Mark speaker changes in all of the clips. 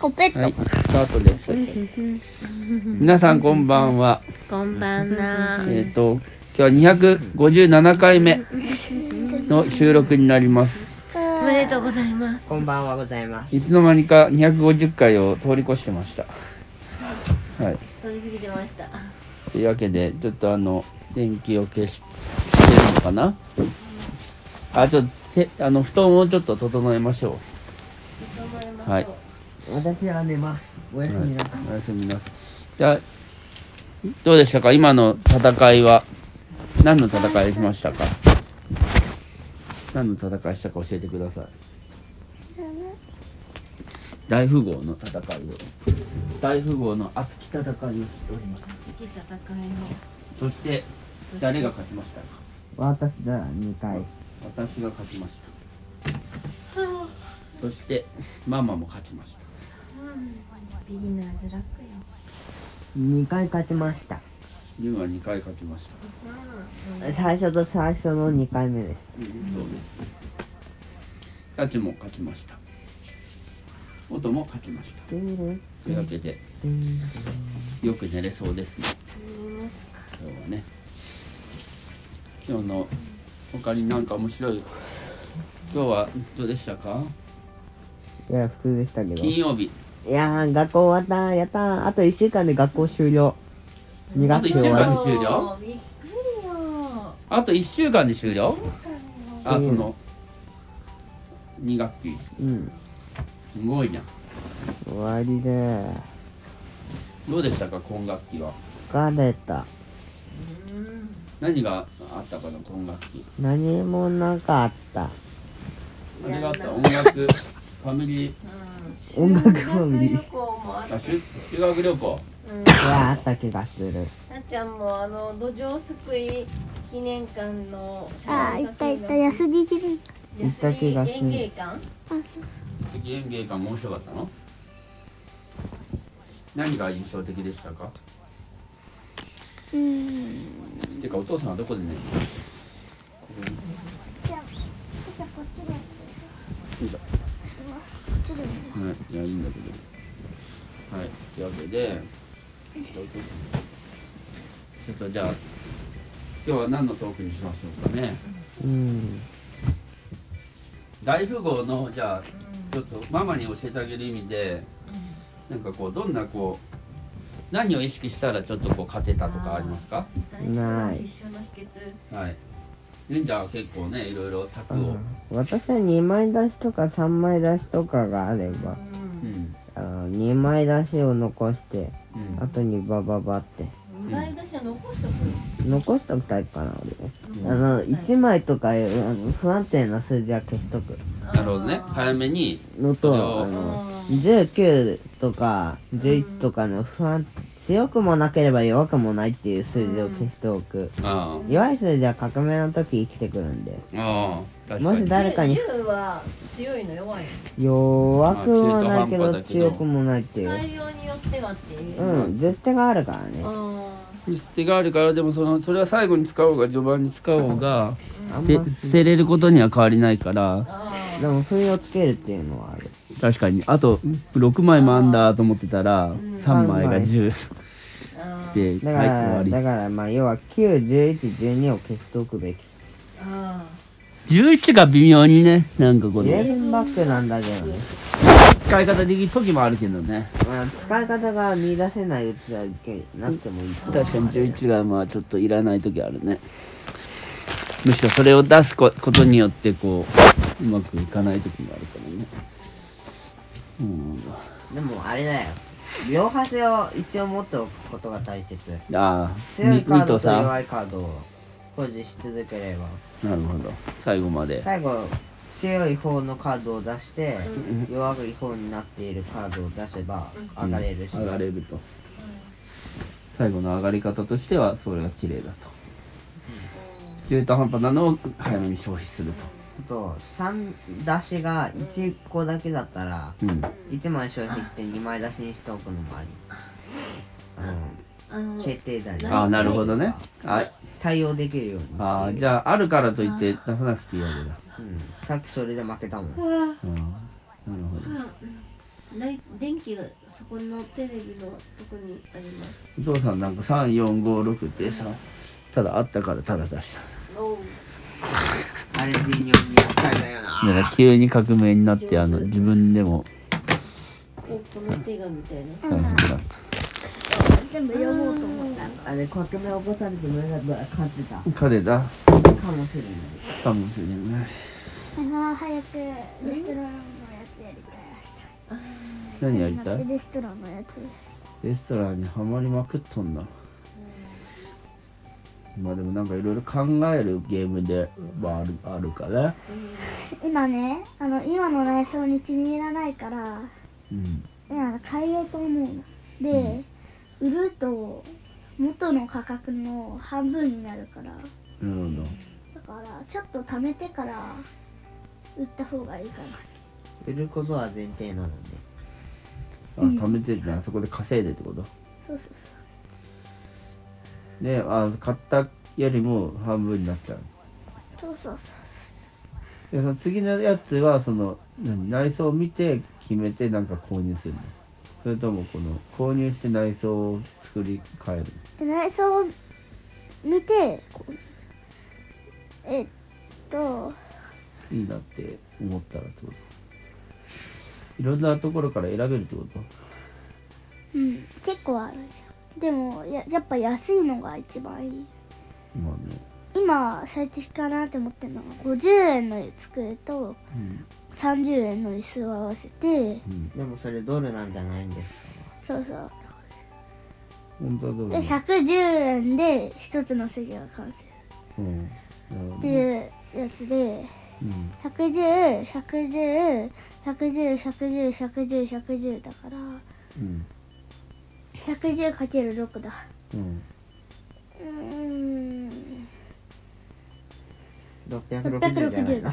Speaker 1: コペット、
Speaker 2: はい、スタートです。皆さんこんばんは。
Speaker 1: こんばんは
Speaker 2: えっ、と今日は257回目の収録になります。
Speaker 1: おめでとうございます
Speaker 3: こんばんはございます。
Speaker 2: いつの間にか250回を通り越してました。はい。
Speaker 1: 通り過ぎてました
Speaker 2: というわけでちょっとあの電気を消してるのかな。あちょっとせあの布団をちょっと整えましょう。はい。
Speaker 3: 私は寝ます。おやすみなさい。
Speaker 2: おやすみなさい。じゃあどうでしたか今の戦いは何の戦いしましたか何の戦いしたか教えてください。大富豪の戦いを大富豪の熱き戦いをしております。
Speaker 1: 次戦い
Speaker 2: そして誰が勝ちましたか
Speaker 3: 私なら2回。
Speaker 2: 私が勝ちました。そしてママも勝ちました。
Speaker 1: ビギナーズラックよ
Speaker 3: 2回勝ちました。
Speaker 2: ユンは2回勝ちました。
Speaker 3: 最初と最初の2回目です。
Speaker 2: そうです。サチも勝ちました。音も勝ちました。
Speaker 3: ルンルン
Speaker 2: というわけで、
Speaker 3: ルン
Speaker 2: よく寝れそうですね。今日はね。今日の他になんか面白い。今日はどうでしたか？
Speaker 3: いや、普通でしたけど。
Speaker 2: 金
Speaker 3: い
Speaker 2: 曜日。
Speaker 3: やー、学校終わった。やったー。あと1週間で学校終了。2
Speaker 2: あと
Speaker 3: 学
Speaker 2: 一
Speaker 3: 期
Speaker 2: 週
Speaker 3: 終
Speaker 2: 間
Speaker 3: わ
Speaker 2: で終了？
Speaker 1: びっくりよ
Speaker 2: あと一週間で終了？あ、その二学期。
Speaker 3: り。うん。
Speaker 2: すごいな。
Speaker 3: 終わりでー。
Speaker 2: どうでしたか今学期は？
Speaker 3: 疲れた。
Speaker 2: 何があったかな今学期。
Speaker 3: 何もなかった。
Speaker 2: あれがあった音楽ファミリー
Speaker 3: 音楽ファミリー。
Speaker 1: 旅行もあっ
Speaker 2: あ修修学旅行
Speaker 3: はあった気がする。
Speaker 1: たっちゃんもあの土壌すくい記念館の
Speaker 4: あー、いったいった、安りきる。
Speaker 1: 行
Speaker 3: 行った気がする
Speaker 1: 園芸館
Speaker 2: 関演芸館も面白かったの何が印象的でしたか
Speaker 4: うん。
Speaker 2: てかお父さんはどこで寝る
Speaker 4: じゃあ、こっちで。
Speaker 2: のはい、いやいいんだけどはいというわけでちょっとじゃあ今日は何のトークにしましょうかね
Speaker 3: うん。
Speaker 2: 大富豪のじゃあちょっとママに教えてあげる意味でなんかこうどんなこう何を意識したらちょっとこう勝てたとかありますか
Speaker 3: ない
Speaker 1: 一緒の秘訣
Speaker 2: はい。忍者は結構ね、いろいろ策
Speaker 3: う
Speaker 2: を。うん
Speaker 3: 私は2枚出しとか3枚出しとかがあれば、
Speaker 2: ん。
Speaker 3: あの2枚出しを残して、
Speaker 2: うん。
Speaker 3: 後にバババって。
Speaker 1: 二枚出しは残しとく
Speaker 3: 残しとくタイプかな、
Speaker 2: う
Speaker 3: 俺。
Speaker 2: ん
Speaker 3: あの、1枚とか、あの不安定な数字は消しとく。
Speaker 2: なるほどね。早めに。
Speaker 3: のと、あの、19とか、11とかの不安、強くもなければ弱くもないっていう数字を消しておく。
Speaker 2: あ
Speaker 3: 弱い数字は革命の時生きてくるんで、
Speaker 2: あ。ああ。確か
Speaker 3: もし
Speaker 2: に。
Speaker 3: 誰かに
Speaker 1: 10は強いの弱い
Speaker 3: 弱くもない
Speaker 2: まあ中途
Speaker 3: け
Speaker 2: 半端だ
Speaker 3: ど
Speaker 2: けど
Speaker 3: 強くもないって
Speaker 1: の
Speaker 3: い
Speaker 1: 使
Speaker 3: う。
Speaker 1: いようによってはっていうう、
Speaker 3: ん、10手があるからね。
Speaker 2: 手があるから、でもその、それは最後に使おうが、序盤に使おうが、
Speaker 3: あん
Speaker 2: で
Speaker 3: ま、
Speaker 2: 捨てれることには変わりないから、
Speaker 1: あ
Speaker 3: でも、不意をつけるっていうのはある。
Speaker 2: 確かに。あと、6枚もあんだと思ってたら、3枚が10
Speaker 1: ああ
Speaker 2: で、
Speaker 3: だ
Speaker 2: は
Speaker 3: か
Speaker 2: い、
Speaker 3: ら、
Speaker 2: 終わ
Speaker 3: だから、まあ、要は、9、11、12を消しておくべき。
Speaker 1: あ
Speaker 2: り。11が微妙にね、なんかこの、
Speaker 3: 11バックなんだけどね。
Speaker 2: 使い方できる時もあるけどね。
Speaker 3: まあ、使い方が見出せないうちはけなくてもいいと思う。
Speaker 2: 確かに11がまあちょっといらない時あるねむしろそれを出すこことによってこううまくいかない時もあるからねうん
Speaker 3: でも、あれだよ。両端を一応持っておくことが大切。
Speaker 2: ああ
Speaker 3: 強いカー
Speaker 2: と
Speaker 3: ドと
Speaker 2: さ
Speaker 3: 弱いカードを保持し続ければ。
Speaker 2: なるほど最後まで
Speaker 3: 最後、強い方のカードを出して、弱い方になっているカードを出せば、上がれるし。
Speaker 2: 上がれると最後の上がり方としてはそれが綺麗だと中途半端なのを早めに消費する
Speaker 3: あと3出しが1個だけだったら
Speaker 2: とうん
Speaker 3: 1枚消費して2枚出しにしておくのもありあ
Speaker 1: ああの
Speaker 3: の決定だね
Speaker 2: ああなるほどねあ
Speaker 3: 対応できるように
Speaker 2: あーじゃああるからといって出さなくていいわけだ
Speaker 3: うん、さっきそれで負けたもん
Speaker 2: うんなるほど。
Speaker 1: ライ電気がそこのテレビのとこにあります
Speaker 2: お父さんなんか3456ってさただあったからただ出した
Speaker 1: おう
Speaker 3: あれ微妙に扱いだよな
Speaker 2: だから急に革命になってあの自分でも
Speaker 1: おこの手がみたいな
Speaker 2: 大変だっ
Speaker 4: 全部読もうと思ったの
Speaker 3: あれ革命起こされてもなかったら勝ってた
Speaker 2: た彼だ
Speaker 3: かもしれない
Speaker 2: かもしれない
Speaker 4: あー早くレストランのやつやりたい
Speaker 2: 何やり
Speaker 4: 明日
Speaker 2: たい
Speaker 4: レストランのやつ
Speaker 2: レストランにはまりまくっとんなまあでもなんかいろいろ考えるゲームではあるあるから
Speaker 4: 今ねあの今の内装に気に入らないから
Speaker 2: うん
Speaker 4: 今変えようと思うので、売ると元の価格の半分になるから
Speaker 2: なるほ
Speaker 4: だからちょっと貯めてから売った方がいいかな
Speaker 3: 売ることは前提なので
Speaker 2: どあ貯めてるじゃんそこで稼いでってこと
Speaker 4: そうそう
Speaker 2: であ買ったよりも半分になっちゃう
Speaker 4: そうそうそう
Speaker 2: でその次のやつはその何内装を見て決めてなんか購入するのそれともこの購入して内装を作り変える
Speaker 4: そうで内装を見てこうえっと
Speaker 2: のいいなって思ったらってこといろんなところから選べるってこ
Speaker 4: う
Speaker 2: と
Speaker 4: ん結構あるじゃんでもややっぱ安いのが一番いい
Speaker 2: まあね、
Speaker 4: 今最適かなって思ってるのが50円の机と
Speaker 2: うん
Speaker 4: 30円の椅子を合わせて
Speaker 2: うん、
Speaker 3: でもそれドルなんじゃないんですか
Speaker 4: そうそう
Speaker 2: 本当はどう
Speaker 4: で
Speaker 2: だろ
Speaker 4: 110円で一つの席が完成
Speaker 2: う、うん、なるほ
Speaker 4: っ
Speaker 2: ど
Speaker 4: て
Speaker 2: ね、
Speaker 4: いうやつで
Speaker 2: うん、
Speaker 4: 110110110110110110だから
Speaker 2: うん、
Speaker 4: 110×6 だ
Speaker 2: うん、
Speaker 4: うーん
Speaker 3: 660じゃないの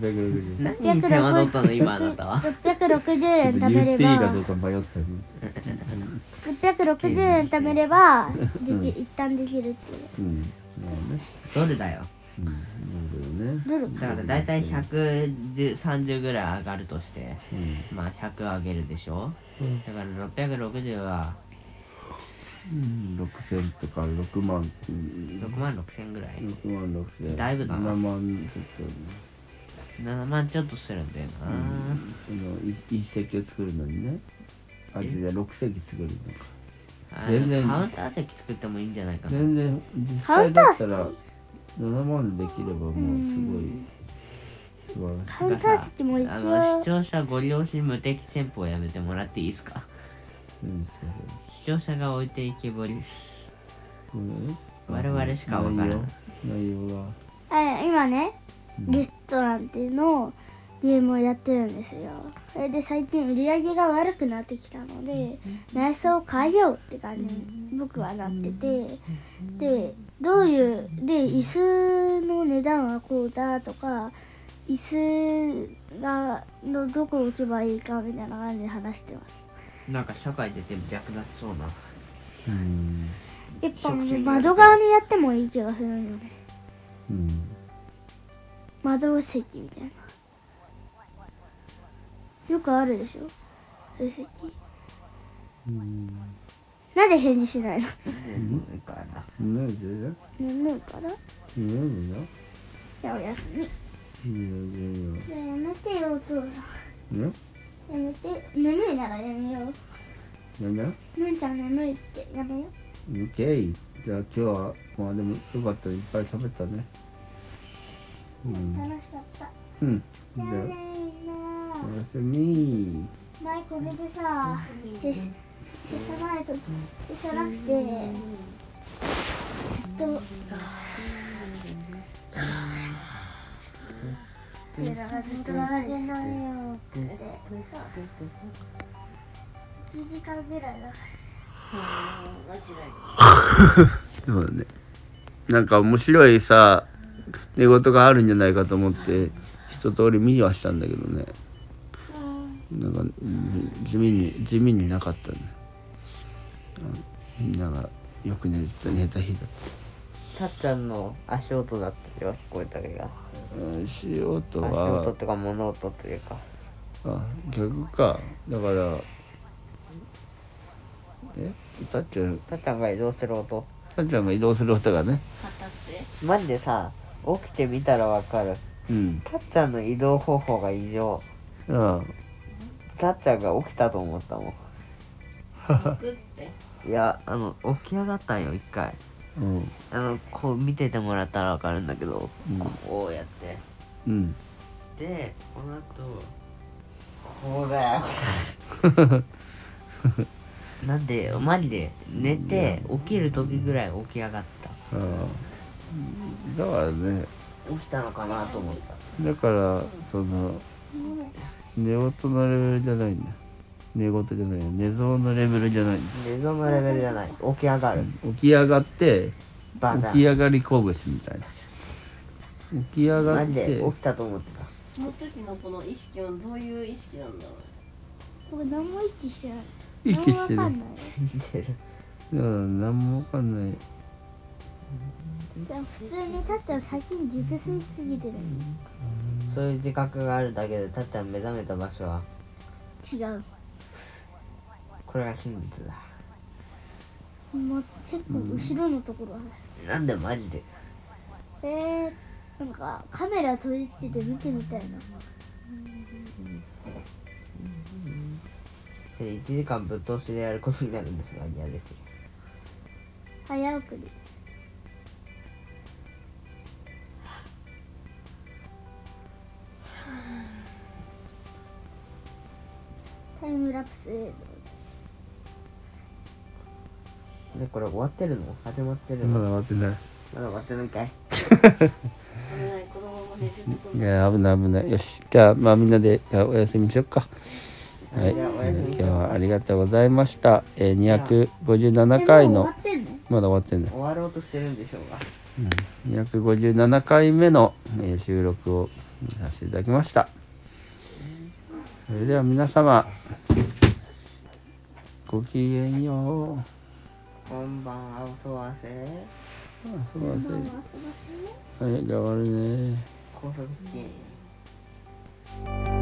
Speaker 2: 660
Speaker 3: 何に手間取ったの今あなたは
Speaker 4: 660円貯め
Speaker 2: 言
Speaker 4: れ
Speaker 2: っていいか
Speaker 4: ば
Speaker 2: どうか迷ったね
Speaker 4: 660円貯めればでき一旦できるっていう
Speaker 2: うん、まあね、
Speaker 3: ドルだよ
Speaker 2: うん、な
Speaker 4: ド
Speaker 2: るほ
Speaker 4: ル
Speaker 3: だから大体130ぐらい上がるとして
Speaker 2: どね、
Speaker 3: まあ100上げるでしょ、だから660は
Speaker 2: うん、うん、6000とか6万、うん
Speaker 3: 6万6千ぐらい、
Speaker 2: 6万6千
Speaker 3: だいぶだな
Speaker 2: 7万ちょっとね
Speaker 3: 7万ちょっとするんだよな、
Speaker 2: そのい一席を作るのにねあ違う6席作るのか
Speaker 3: あ
Speaker 2: 全然
Speaker 3: カウンター席作ってもいいんじゃないかな
Speaker 2: 全然実際だったら7万でできればもうすごい素晴らしい
Speaker 4: カウンター席も一
Speaker 3: あの視
Speaker 4: 応
Speaker 3: 聴者ご利用し無敵店舗をやめてもらっていいですか
Speaker 2: うんそうそう
Speaker 3: 視聴者が置いていけぼり
Speaker 2: ごめんね
Speaker 3: 我々しかわからん
Speaker 2: 内容内容が
Speaker 4: あ今ね
Speaker 2: うん
Speaker 4: レストランっていうのをゲームをやってるんですよそれで最近売り上げが悪くなってきたので内装を変えようって感じに僕はなっててでどういうで椅子の値段はこうだとか椅子がのどこ置けばいいかみたいな感じで話してます
Speaker 3: なんか社会で全部略奪そうな
Speaker 2: うん
Speaker 4: やっぱ窓側にやってもいい気がするよね
Speaker 2: うん
Speaker 4: 窓席みたいなよくあるでしょそういう席
Speaker 2: うん
Speaker 4: なんで返事しないの
Speaker 3: うんから
Speaker 2: なんでだ
Speaker 4: 眠いから
Speaker 2: なんでだ
Speaker 4: じゃあおやすみ
Speaker 2: うん
Speaker 4: じゃあやめてよお父さ
Speaker 2: うんうん
Speaker 4: んやめて眠いならやめよ
Speaker 2: なんだ
Speaker 4: うむんちゃん眠いってやめよう
Speaker 2: オッケーじゃあ今日はまあでもよかったいっぱい食べたねうん、
Speaker 4: 楽しかった
Speaker 2: うん、じ
Speaker 4: じ
Speaker 2: ゃ
Speaker 4: ゃあ
Speaker 2: あ
Speaker 4: ねみんな
Speaker 2: おやすみ
Speaker 4: 前これでさ消し消さないと消さなくてずっとっていうのがずっと流れてないよでさ1時間ぐらい流れて
Speaker 2: そうだねなんか面白いさ寝言があるんじゃないかと思って一通り見はしたんだけどねなんかうん地味に地味になかったねうんみんながよく寝た寝た日だった
Speaker 3: たっちゃんの足音だったよ聞こえたけど
Speaker 2: うん、しようと
Speaker 3: 足音
Speaker 2: は
Speaker 3: とか物音というか
Speaker 2: あ逆かだからえたっちゃん
Speaker 3: タタが移動する音
Speaker 2: たっちゃんが移動する音がね
Speaker 1: 旗 って
Speaker 3: マジでさ起きてみたらわかる
Speaker 2: うん
Speaker 3: タッちゃんの移動方法が異常
Speaker 2: あ
Speaker 3: タッちゃんが起きたと思ったも
Speaker 1: 僕って
Speaker 3: んいやあの起き上がったんよ一回
Speaker 2: あうん
Speaker 3: あのこう見ててもらったらわかるんだけど、
Speaker 2: うん
Speaker 3: こうやって
Speaker 2: うん
Speaker 3: でこの後こうだよなんでマジで寝て起きる時ぐらい起き上がった
Speaker 2: あだからね
Speaker 3: 起きたのかなと思った
Speaker 2: だからその寝言のレベルじゃないんだ寝言じゃないよ寝相のレベルじゃないんだ
Speaker 3: 寝相のレベルじゃない起き上がる
Speaker 2: 起き上がって
Speaker 3: バカ
Speaker 2: 起き上がり拳みたいな起き上が
Speaker 3: マ
Speaker 2: っ
Speaker 3: ジ
Speaker 2: て
Speaker 3: で起きたと思ってた
Speaker 1: その時のこの意識はどういう意識なんだろ
Speaker 4: 僕何も息してない
Speaker 2: 息して
Speaker 4: 何もわか
Speaker 2: ない
Speaker 4: んない
Speaker 3: 死んでる
Speaker 2: だから何もわかんない
Speaker 4: でも普通にたっちゃん最近熟睡しすぎてる
Speaker 3: そういう自覚があるだけでたっちゃん目覚めた場所は
Speaker 4: 違う
Speaker 3: これが真実だ
Speaker 4: もう結構後ろのところある、
Speaker 3: なんでマジで
Speaker 4: えー、なんかカメラ取り付けて見てみたいな
Speaker 3: それ1時間ぶっ通しでやることになるんですが嫌です
Speaker 4: 早送りタイムラプス映
Speaker 3: でこれ終わってるの始まってる
Speaker 2: ま
Speaker 3: の、
Speaker 2: だ終わってない
Speaker 3: まだ終わってないかいう
Speaker 1: 危ないこのまま寝てるとこ
Speaker 2: い
Speaker 1: ろ
Speaker 2: や危ない危ないよしじゃあまあみんなでじゃあお休みしよっかはい
Speaker 3: じゃあお休み
Speaker 2: 今日はありがとうございました、えー、257回
Speaker 4: 像えもう終
Speaker 2: の
Speaker 4: わってんの
Speaker 2: まだ終わってんね
Speaker 3: 終わろうとしてるんでしょうが
Speaker 2: 257回目の、えー収録をさせていただきましたそれでは皆様ごきげんよう
Speaker 3: こんばんはおそわせ
Speaker 2: あそうなんですねはいじゃあ終わるね
Speaker 3: 高速チキ
Speaker 2: 「
Speaker 3: ン